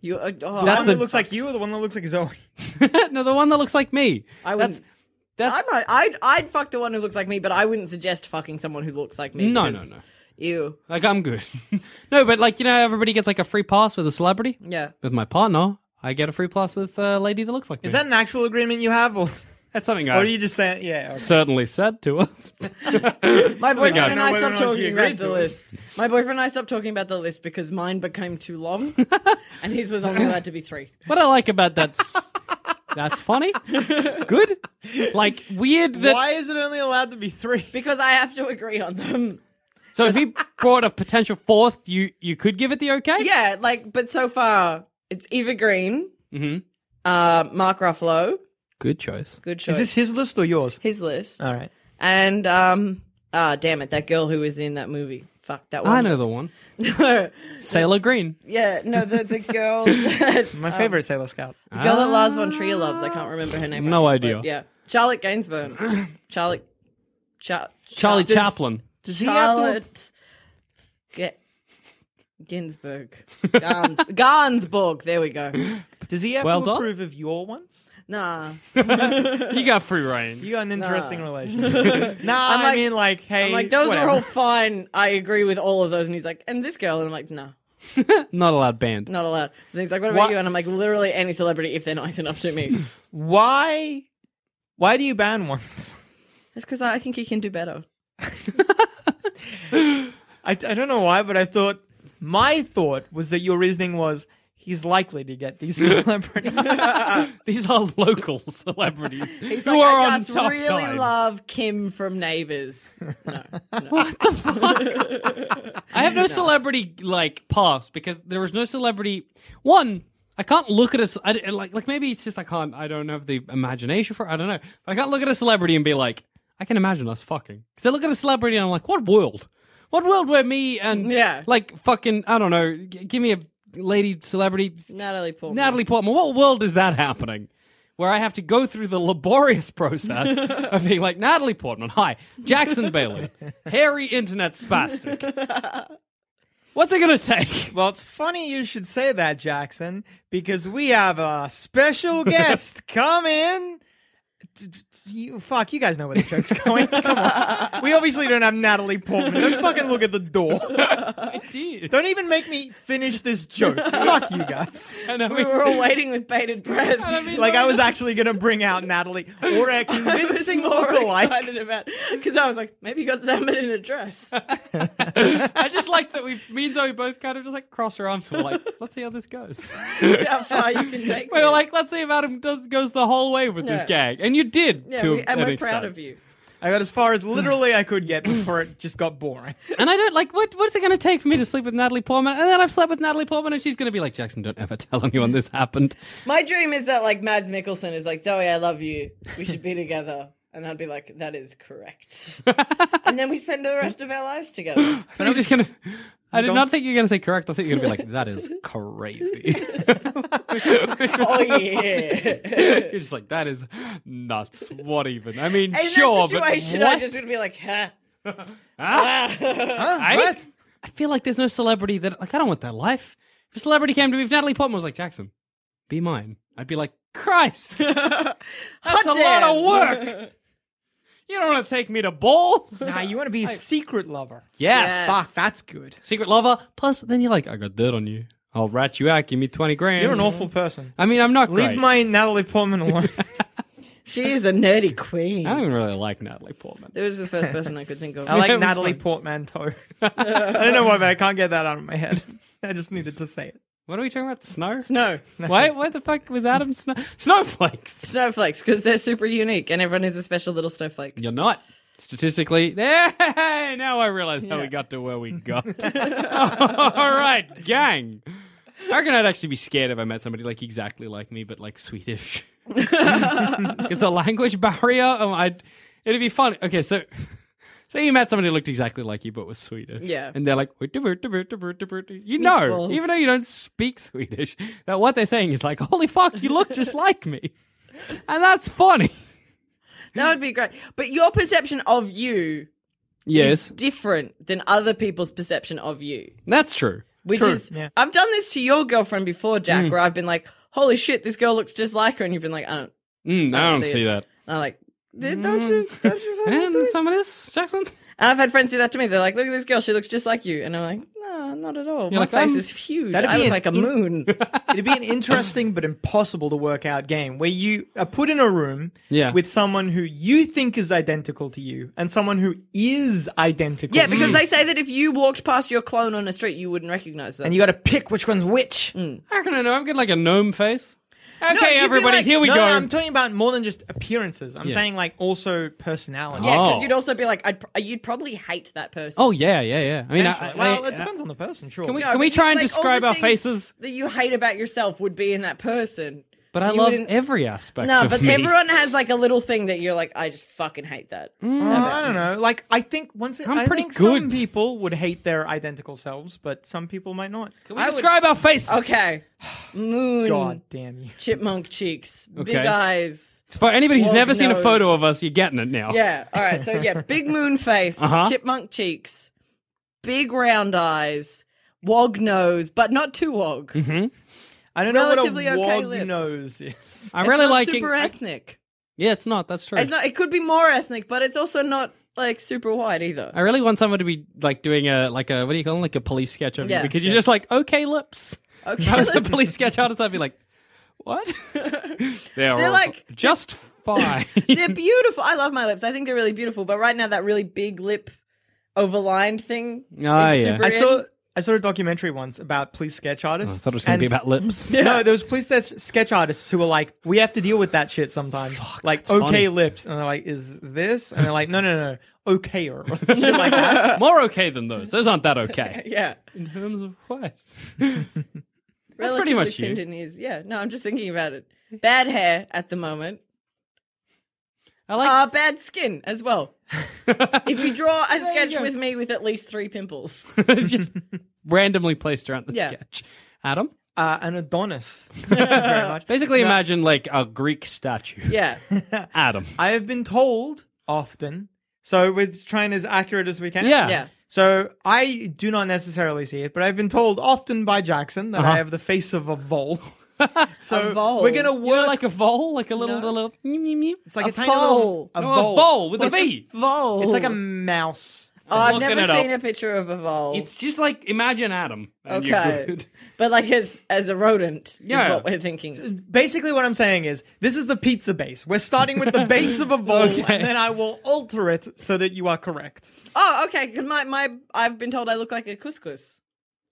You, uh, oh,
The
That's
one
the-
that looks like you or the one that looks like Zoe?
no, the one that looks like me.
I
that's
wouldn't-
that's
I might, I'd, I'd fuck the one who looks like me, but I wouldn't suggest fucking someone who looks like me.
No, no,
because-
no.
Ew.
like I'm good. no, but like you know, how everybody gets like a free pass with a celebrity.
Yeah.
With my partner, I get a free pass with a lady that looks like me.
Is that an actual agreement you have, or,
that's something
or
I
are you just saying, yeah? okay.
certainly said to her?
My boyfriend and
know
I
whether or
stopped
not she
talking about
agreed
the
to it.
list. My boyfriend and I stopped talking about the list because mine became too long, and his was only allowed to be three.
What I like about that's that's funny, good, like weird that.
Why is it only allowed to be three?
Because I have to agree on them.
So if he brought a potential fourth, you you could give it the okay.
Yeah, like, but so far it's Eva Green,
Mhm.
uh, Mark Ruffalo.
Good choice.
Good choice.
Is this his list or yours?
his list?
All right.
And um, ah, damn it, that girl who was in that movie. Fuck that one.
I know the one.
know.
Sailor Green.
yeah, no, the the girl, that,
My favorite Sailor Scout.
the girl that Lars von Trier loves. I can't remember her name.
No
right now,
idea.
but Yeah, Charlotte Gainsbourg. Charlotte. Cha-
Charlie
Char-
Chaplin.
Does he have to-
Charlotte Ga- Ginsburg. Gans- Gansburg. There we go.
Does he have
Well
to
done.
approve of your ones?
Nah.
You got free reign.
You got an interesting relationship. nah, I
like-
mean, like, hey,
I'm like, those
whatever.
are all fine. I agree with all of those. And he's like, and this girl. And I'm like, nah,
Not allowed band.
not allowed. And he's like, what about
Wha-
you? And I'm like, literally any celebrity if they're nice enough to me.
Why? Why do you ban ones?
That's because I think he can do better.
I, I don't know why, but I thought my thought was that your reasoning was he's likely to get these celebrities.
These are local celebrities
He's
who
like,
are
I
on
just
tough
really
times.
love Kim from Neighbours.
I have no celebrity like past because there is no celebrity. One, I can't look at a ce- I, d- like like maybe it's just I can't. I don't have the imagination for. it, I don't know. But I can't look at a celebrity and be like, I can imagine us fucking. Because I look at a celebrity and I'm like, what world? What world where me and
Yeah.
like fucking I don't know. G- give me a lady celebrity.
Natalie Portman.
Natalie Portman. What world is that happening? Where I have to go through the laborious process of being like Natalie Portman, hi, Jackson Bailey, hairy internet spastic. What's it gonna take?
well, it's funny you should say that, Jackson, because we have a special guest come in. D- d- You, fuck, you guys know where the joke's going. Come on. We obviously don't have Natalie Portman. Don't fucking look at the door.
I did.
Don't even make me finish this joke. fuck you guys.
And I
We
mean,
were all waiting with bated breath.
Like I was actually gonna bring out Natalie or a convincing
more
lookalike.
excited about because I was like, maybe you got Zambit in a dress.
I just like that we me and Zoe both kind of just like cross our arms. We're like, let's see how this goes.
How far you can take?
We were
this.
like, let's see if Adam does goes the whole way with this
Yeah.
gag, and you did.
yeah,
to
we, and
an
we're
extent.
proud of you.
I got as far as literally I could get before it just got boring.
And I don't like what what's it going to take for me to sleep with Natalie Portman? And then I've slept with Natalie Portman, and she's going to be like, Jackson, don't ever tell anyone this happened.
My dream is that like Mads Mikkelsen is like, Zoe, I love you. We should be together. And I'd be like, that is correct. and then we spend the rest of our lives together.
But I'm just going to. I did not think you were going to say correct. I think you were going to be like, that is crazy.
oh yeah.
You're just like, that is nuts. What even? I mean,
In
sure,
that
but
situation,
what?
I'm just gonna be like, huh?
I, I feel like there's no celebrity that like I don't want that life. If a celebrity came to me, if Natalie Portman was like Jackson, be mine, I'd be like Christ. That's a lot of work. You don't want to take me to balls.
Nah, you want to be a secret lover.
Yes.
Fuck, that's good.
Secret lover. Plus, then you're like, I got dirt on you. I'll rat you out. Give me twenty grand.
You're an awful person.
I mean, I'm not
Leave
great.
my Natalie Portman alone.
She is a nerdy queen.
I don't even really like Natalie Portman.
It was the first person I could think of.
I like
Yeah, it was
Natalie
fun.
Portmanteau. I don't know why, but I can't get that out of my head. I just needed to say it.
What are we talking about? Snow.
Snow.
Why? What the fuck was Adam Snow? Snowflakes.
Snowflakes, because they're super unique and everyone is a special little snowflake.
You're not. Statistically, there. Now I realize how we got to where we got. All right, gang. I reckon I'd actually be scared if I met somebody like exactly like me, but like Swedish, because the language barrier. Um, I'd, it'd be fun. Okay, so. So you met somebody who looked exactly like you but was Swedish.
Yeah.
And they're like, you know,
Meatballs.
even though you don't speak Swedish, that what they're saying is like, holy fuck, you look just like me. And that's funny.
That would be great. But your perception of you
Yes.
different than other people's perception of you.
That's true. Mm.
Which
True,
is,
yeah.
I've done this to your girlfriend before, Jack, where I've been like, holy shit, this girl looks just like her. And you've been like, I don't,
Mm, I don't see that.
and I'm like, "Dude, don't you, don't you fucking
Mm. And
see? it?"
some of this, Jackson.
And I've had friends do that to me. They're like, look at this girl, she looks just like you. And I'm like, no, not at all. My
like,
face
um,
is huge.
that'd
I
be
look
an
like a
in-
moon.
It'd be an interesting but impossible to work out game where you are put in a room
Yeah.
with someone who you think is identical to you and someone who is identical.
yeah,
to
because
Mm.
you.
they say that if you walked past your clone on a street, you wouldn't recognize them.
and you got to pick which one's which.
Mm.
I reckon I know. I've got like a gnome face. Okay,
you'd be
everybody,
like-
here we
no,
go.
I'm talking about more than just appearances. I'm
Yeah.
saying like also personality.
yeah, because
Oh.
you'd also be like, I'd, pr- you'd probably hate that person.
oh yeah, yeah, yeah. I mean, I,
Potentially. well,
I-
it depends on the person, sure.
uh, Can we
No,
can we
because,
try and
like, all
describe
the
our
things
faces?
that you hate about yourself would be in that person.
But
So
I
you
love
wouldn't-
every aspect.
No,
of
but
me.
everyone has like a little thing that you're like, I just fucking hate that.
Mm.
Oh, I don't know. Like, I think once it,
I'm
I
pretty
think
good.
some people would hate their identical selves, but some people might not.
Can we describe our faces?
Okay, moon,
God damn you!
chipmunk cheeks, big
Okay.
eyes.
For anybody who's
Lord
never seen a
knows.
photo of us, you're getting it now.
Yeah. All right. So yeah, big moon face,
Oh. Uh-huh.
chipmunk cheeks, big round eyes, wog nose, but not too wog.
Mm-hmm.
I don't know
Relatively
what a
okay
wog
lips.
nose is.
I'm
It's
really
not
liking.
super
I-
ethnic.
yeah, it's not. That's true.
It's not. It could be more ethnic, but it's also not like super white either.
I really want someone to be like doing a like a what do you call them like a police sketch of
Yeah.
you because you're just like okay lips.
Okay.
If I was a
let's-
police sketch artist, I'd be like, what?
They're,
They're like
just fine.
they're beautiful. I love my lips. I think they're really beautiful. But right now, that really big lip overlined thing.
Ah,
is
yeah.
super
I
in.
saw I saw a documentary once about police sketch artists.
Oh, I thought it was going to be
and-
about lips.
No, there was police sketch- sketch artists who were like, "We have to deal with that shit sometimes." like, okay
funny.
lips, and they're like, "Is this?" And they're like, "No, no, no, okay or shit like that."
More okay than those. Those aren't that okay.
Yeah.
In terms of what?
That's
pretty much you.
Is, yeah. No, I'm just thinking about it. Bad hair at the moment.
I like.
Uh, bad skin as well. if you draw a sketch with me with at least three pimples.
just randomly placed around the
Yeah.
sketch. Adam,
Uh, an Adonis, Thank you very much.
basically imagine like a Greek statue.
Yeah.
Adam,
I have been told often, so we're trying as accurate as we can.
Yeah.
Yeah.
So I do not necessarily see it, but I've been told often by Jackson
Uh-huh.
that I have the face of a vole. so
A vole.
we're gonna
You
work.
like a vole, like a little little. meow, meow, meow.
it's like a,
a
tiny
vole.
little a
No,
vole.
a vole with a V.
Vole.
It's like a mouse.
Oh, I've
Looking
never
it up.
seen a picture of a vole.
It's just like imagine Adam. and you're
okay.
good.
But like as as a rodent
Yeah.
is what we're thinking.
Basically, what I'm saying is, this is the pizza base. We're starting with the base of a vole, and then I will alter it so that you are correct.
Oh, okay. 'cause My my I've been told I look like a couscous.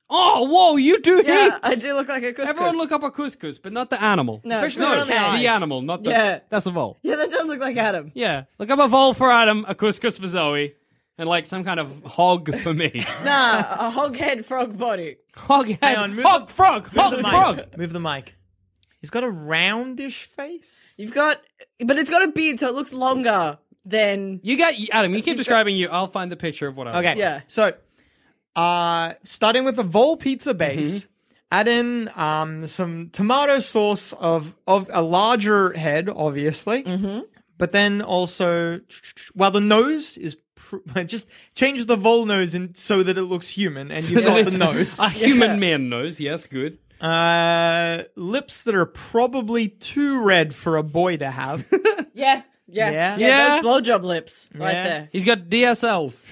Oh, whoa! You do
Yeah,
heaps.
I do look like a couscous.
Everyone look up a couscous, but not the animal.
No,
Especially
no,
around the
okay.
eyes.
The animal, not the.
Yeah.
That's a vole.
Yeah, that does look like Adam.
Yeah. Look up a vole for Adam, a couscous for Zoe, and like some kind of hog for me.
Nah, a hog head frog body.
hog head.
on, move
hog
the-
frog.
Move the
Hog
mic.
frog.
Move the mic. He's got a roundish face.
You've got, but it's got a beard, so it looks longer than.
You got Adam. You keep describing you. I'll find the picture of what I.
Okay.
Yeah.
So, uh, starting with the Vol pizza base,
Mm-hmm.
add in um, some tomato sauce of of a larger head, obviously,
Mm-hmm.
but then also, well, the nose is. Pr- just change the vol nose in, so that it looks human, and you've got the nose.
A human man nose. Yes, good.
Uh, lips that are probably too red for a boy to have.
Yeah, yeah,
Yeah.
yeah.
Yeah.
those blowjob lips right
Yeah.
there.
He's got DSLs.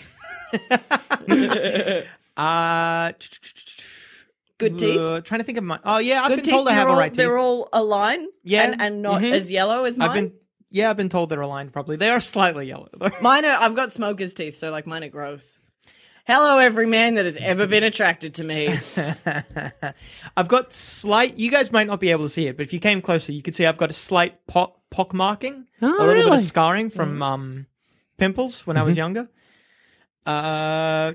Uh,
Good teeth.
uh, trying to think of my. Oh yeah, I've
Good
been
teeth.
told I
they're
have
all,
a right teeth.
They're all aligned.
Yeah. Mm-hmm.
and, and not as yellow as mine.
I've been yeah, I've been told they're aligned properly. They are slightly yellow though.
Mine are. I've got smoker's teeth, so like mine are gross. Hello, every man that has ever been attracted to me.
I've got slight. You guys might not be able to see it, but if you came closer, you could see I've got a slight pock, pock marking,
Oh,
a little bit
really?
of scarring from um, pimples when I
Mm-hmm.
was younger. Uh,
I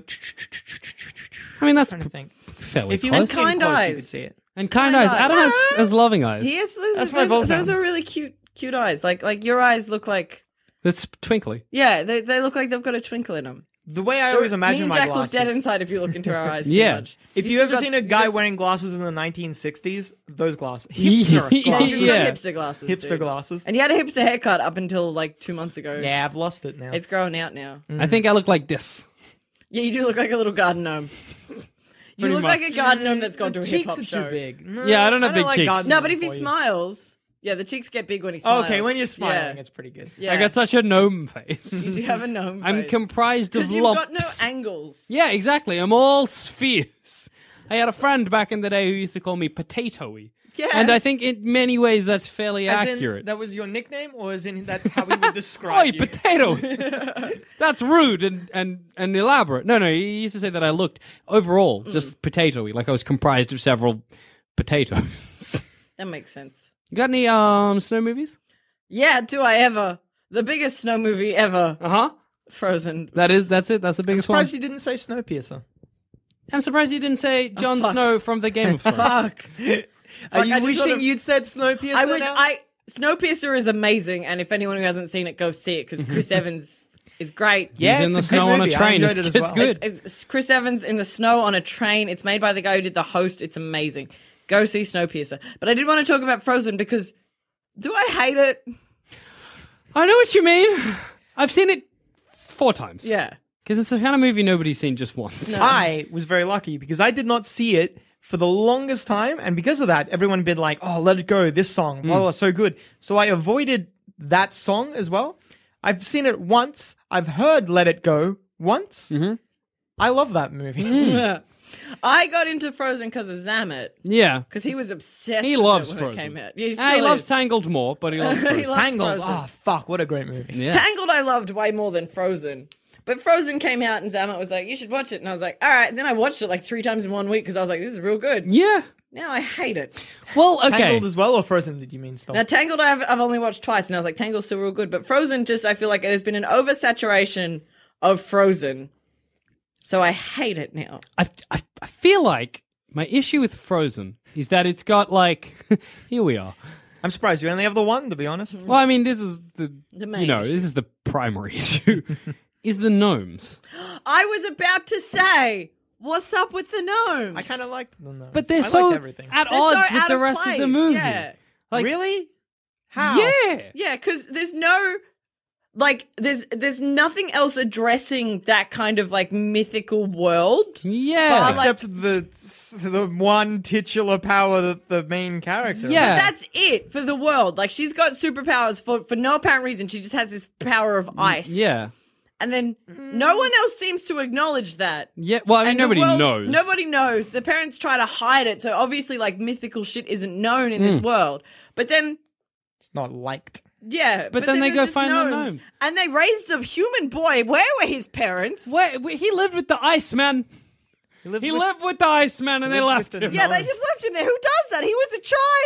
mean, that's
trying to think.
fairly
If you
close.
came close,
kind
you could
eyes.
see it.
and kind eyes. Adam has, has loving eyes.
He has those,
That's my
those,
ball
those
sounds.
are really cute, cute eyes. Like like your eyes look like.
That's twinkly.
Yeah, they, they look like they've got a twinkle in them.
The way I always
Me
imagine
and
my
Jack
glasses.
look dead inside if you look into our eyes too
Yeah.
much. You've
If you
still
ever
got-
seen a
you've
guy
got-
wearing glasses in the 1960s, those glasses, hipster
Yeah.
glasses,
You've got
Yeah.
hipster glasses,
hipster
dude.
glasses.
and he had a hipster haircut up until like two months ago.
Yeah, Mm. I've lost it now.
it's growing out now.
I think I look like this.
Yeah, you do look like a little garden gnome. You
pretty
look
much.
like a garden gnome that's gone to
the
a hip
cheeks
hop
are
show.
too big. No,
Yeah, I don't have big cheeks.
garden
No, but if he
boys.
smiles, yeah, the cheeks get big when he
Oh,
smiles.
okay, when you're smiling,
yeah.
it's pretty good.
yeah.
I got such a gnome face.
You have a gnome.
I'm
face.
comprised of
'Cause you've
lumps.
got no angles.
yeah, exactly. I'm all spheres. I had a friend back in the day who used to call me potatoey.
Yeah.
And I think in many ways that's fairly
As in,
accurate.
that was your nickname, or as in that's how we would describe
Oi,
you?
potato! That's rude and, and, and elaborate. No, no, he used to say that I looked overall
Mm.
just potatoey, like I was comprised of several potatoes.
That makes sense.
You Got any um snow movies?
Yeah, do I ever? The biggest snow movie ever,
Uh huh.
Frozen.
That is that's it. That's the biggest one.
Uh-huh. Surprised you didn't say Snowpiercer.
I'm surprised you didn't say
Oh,
Jon Snow from the Game of Thrones.
Fuck.
Are
I
you
just
wishing
sort of-
you'd said Snowpiercer?
I wish
now?
I Snowpiercer is amazing, and if anyone who hasn't seen it, go see it because Chris Evans is great.
Yeah,
He's in
it's
the
a good
snow on a
movie. I
train.
enjoyed
It's,
it as
it's
well.
good.
It's Chris Evans in the snow on a train. It's made by the guy who did The Host. It's amazing. Go see Snowpiercer. But I did want to talk about Frozen because do I hate it?
I know what you mean. I've seen it four times.
Yeah.
Because it's the kind of movie nobody's seen just once.
I was very lucky because I did not see it for the longest time, and because of that, everyone had been like, "Oh, let it go." This
Hmm.
song, blah, blah, blah, so good. So I avoided that song as well. I've seen it once. I've heard "Let It Go" once.
Mm-hmm.
I love that movie.
Hmm.
I got into Frozen because of Zamet
Yeah.
because he was obsessed.
He
with
loves
it when
Frozen.
It came out. Yeah, he,
Ah, he
still
loves
is.
Tangled more, but he loves
He
Frozen.
loves
Tangled.
Frozen.
Oh fuck, what a great movie!
yeah.
Tangled I loved way more than Frozen. But Frozen came out and Zamet was like, you should watch it. And I was like, all right. And then I watched it like three times in one week because I was like, this is real good.
yeah.
Now I hate it.
Well, okay.
Tangled as well, or Frozen? Did you mean still?
Now Tangled I've, I've only watched twice and I was like, Tangled's still real good. But Frozen just, I feel like there's been an oversaturation of Frozen. So I hate it now.
I, I, I feel like my issue with Frozen is that it's got like here we are.
I'm surprised you only have the one. To be honest,
Well, I mean, this is the,
The main
you know
issue.
this is the primary issue is the gnomes,
I was about to say, what's up with the gnomes?
I kind of liked them though.
but they're
I
so
liked everything.
at
They're so
odds with
out
the rest
place.
of the movie.
Yeah.
Like,
really? How?
Yeah.
Yeah, because there's no like there's there's nothing else addressing that kind of like mythical world.
Yeah.
But, like-
Except the the one titular power that the main character.
Yeah.
That's it for the world. Like she's got superpowers for for no apparent reason. She just has this power of ice.
Mm, yeah.
and then no one else seems to acknowledge that.
Yeah. Well, I mean,
And the
nobody
world-
knows.
Nobody knows. The parents try to hide it, so obviously, like mythical shit isn't known in this
Mm.
world. But then
It's not liked.
Yeah, but,
then they
there's
go
just
find the gnomes.
and they raised a human boy. Where were his parents?
Wait, wait, he lived with the Iceman.
lived
He
with-
lived with the Iceman and they
lived
left
with the
him.
Yeah, they
Gnomes.
just left him there. Who does that? He was a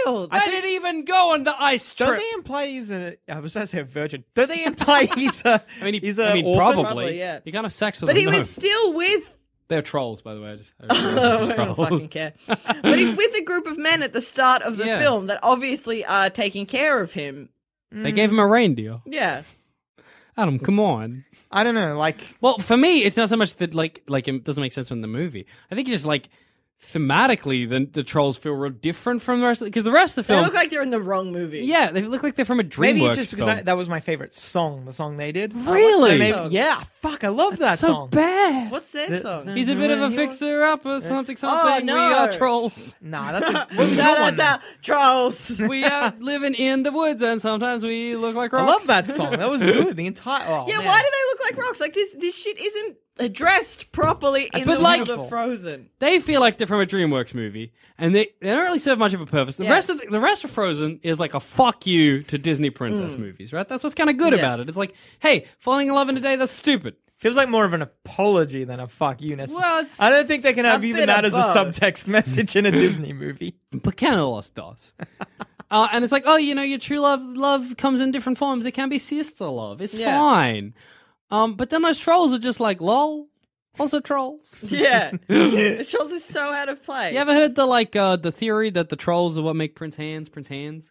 child.
I didn't even go on the ice
Don't
trip.
they imply he's a? I was about to say a virgin. Don't they imply he's a?
I mean, he,
he's a
I mean
orphan?
probably.
Probably, yeah.
He kind of sex with
but
a
he
gnome.
was still with.
They're trolls, by the way. I just- I
Oh,
realized
I
they're
don't
trolls.
fucking care. But he's with a group of men at the start of the
Yeah.
film that obviously are taking care of him.
They gave him a reindeer.
Yeah.
Adam, come on.
I don't know. Like
Well, for me, it's not so much that like like it doesn't make sense in the movie. I think it's just like thematically, the the trolls feel real different from the rest of because the rest of the
They
film.
look like they're in the wrong movie.
yeah, they look like they're from a DreamWorks
maybe it's just
film.
because I- that was my favorite song. The song they did.
Really?
So maybe-
Song.
yeah. Fuck. I love that
That's so
song.
bad.
What's their
The-
song?
He's a bit of a fixer up or something. Something.
no.
We are trolls.
Nah, that's a, what was
da,
that
da,
one?
da, trolls.
We are living in the woods, and sometimes we look like
I
rocks.
love that song. That was good. The entire. Oh,
yeah,
man.
why do they look like rocks? Like this this shit isn't addressed properly in
But
the
like-
world of Frozen.
they feel like they're from a DreamWorks movie, and they, they don't really serve much of a purpose. The
Yeah.
rest of the, the rest of Frozen is like a fuck you to Disney princess movies, right? That's what's kind of good
Yeah.
about it. It's like, hey, falling in love in a day—that's stupid.
Feels like more of an apology than a fuck you. necess-
Well, it's-
I don't think they can have
bit
even that
of
as a
both.
subtext message in a Disney movie.
But kind of lost does. Uh, and it's like, oh, you know, your true love love comes in different forms. It can be sister love. It's
Yeah.
fine. Um, but then those trolls are just like, lol, also trolls.
Yeah. the trolls is so out of place.
You ever heard the like uh the theory that the trolls are what make Prince Hands Prince Hands?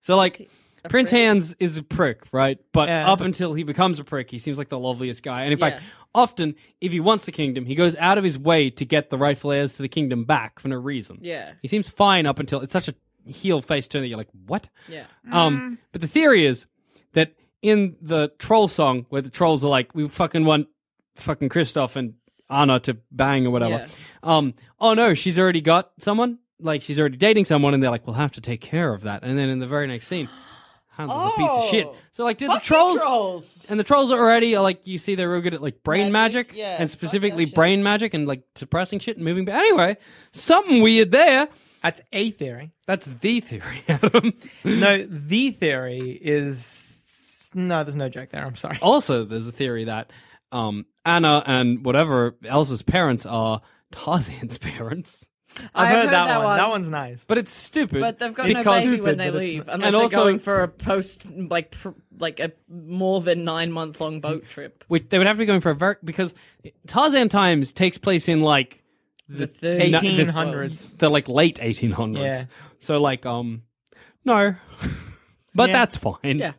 So like Prince Hands is a prick, right? But
Yeah.
up until he becomes a prick, he seems like the loveliest guy. And in fact,
Yeah.
often if he wants the kingdom, he goes out of his way to get the rightful heirs to the kingdom back for no reason.
Yeah.
He seems fine up until it's such a heel face turn that you're like, what?
Yeah. Mm.
Um, but the theory is that in the troll song, where the trolls are like, we fucking want fucking Kristoff and Anna to bang or whatever.
Yeah.
Um, oh no, she's already got someone. Like she's already dating someone, and they're like, "We'll have to take care of that." And then in the very next scene, Hans is a piece of shit.
Oh.
So like, did
Fuck
the trolls?
trolls.
And the trolls are already are, like you see they're real good at like brain magic,
Magic, yeah,
and
fuck
specifically
that shit.
brain magic and like suppressing shit and moving. But anyway, something weird there.
That's a theory.
That's the theory, Adam.
No, the theory is no. There's no joke there. I'm sorry.
also, there's a theory that um, Anna and whatever Elsa's parents are Tarzan's parents.
I've, heard, that, one. That
one.
one's nice.
But it's stupid.
But they've got
because
no baby when
Stupid,
they
but it's
leave,
not-
unless
And
they're
also-
going for a post like pr- like a more than nine month long boat trip.
we- they would have to be going for a very because Tarzan Times takes place in like no,
The
the-
1800s.
the like late 1800s.
Yeah.
So like um, no, but
Yeah.
that's fine.
Yeah.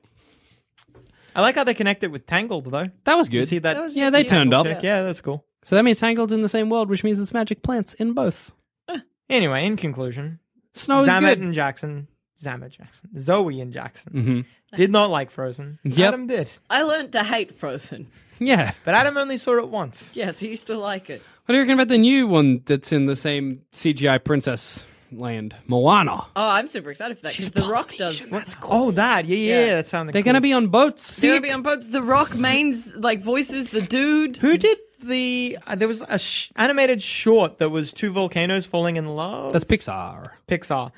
I like how they connect it with Tangled though.
That was good.
You see that?
That was-
yeah, they
Yeah,
turned
cool
up.
check? Yeah, that's cool.
So that means Tangled's in the same world, which means it's magic plants in both.
Anyway, in conclusion,
Snow is
Zamet
good.
and Jackson, Zamet Jackson, Zoe and Jackson did not like Frozen.
Yep.
Adam did,
I learned to hate Frozen.
Yeah.
but Adam only saw it once.
Yes, he used to like it.
What do you reckon about the new one that's in the same CGI princess land, Moana?
Oh, I'm super excited for that because The Rock does. They're
Oh, that yeah, yeah,
Yeah.
that sounded.
They're
cool.
going to be on boats.
gonna
See,
be on boats. The Rock mains like voices the dude.
Who did the? Uh, there was a sh- animated short that was two volcanoes falling in love.
that's Pixar.
Pixar.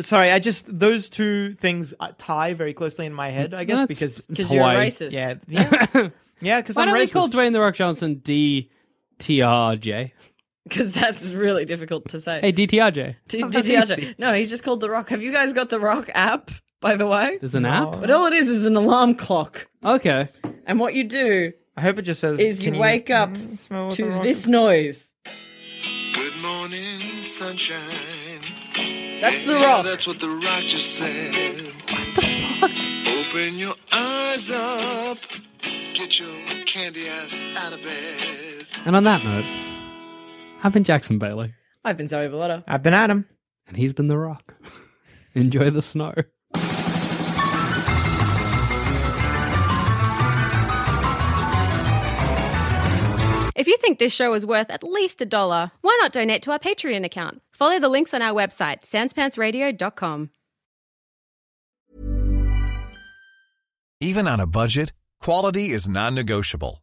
Sorry, I just those two things uh, tie very closely in my head. I guess
That's-
because
it's
Because you're a
Hawaii.
racist.
yeah, yeah, yeah. Because
Why
I'm
don't we
racist.
call Dwayne the Rock Johnson DTRJ?
Because that's really difficult to say.
Hey, DTRJ.
T-
That's
T- T-
easy.
no, he's just called The Rock. Have you guys got The Rock app, by the way?
There's an app.
But all it is is an alarm clock.
Okay.
And what you do
I hope it just says.
is you
"Can
wake up
mm, smell what the
to
rock
this
is-"
noise.
Good morning, sunshine.
That's The Rock.
what the rock just said. What the fuck? Open your eyes up. Get your candy ass out of bed.
And on that note, I've been Jackson Bailey,
I've been Zoe Bellotta.
I've been Adam.
and he's been The Rock. Enjoy the snow.
If you think this show is worth at least a dollar, why not donate to our Patreon account? Follow the links on our website, sanspantsradio.com.
Even on a budget, quality is non-negotiable.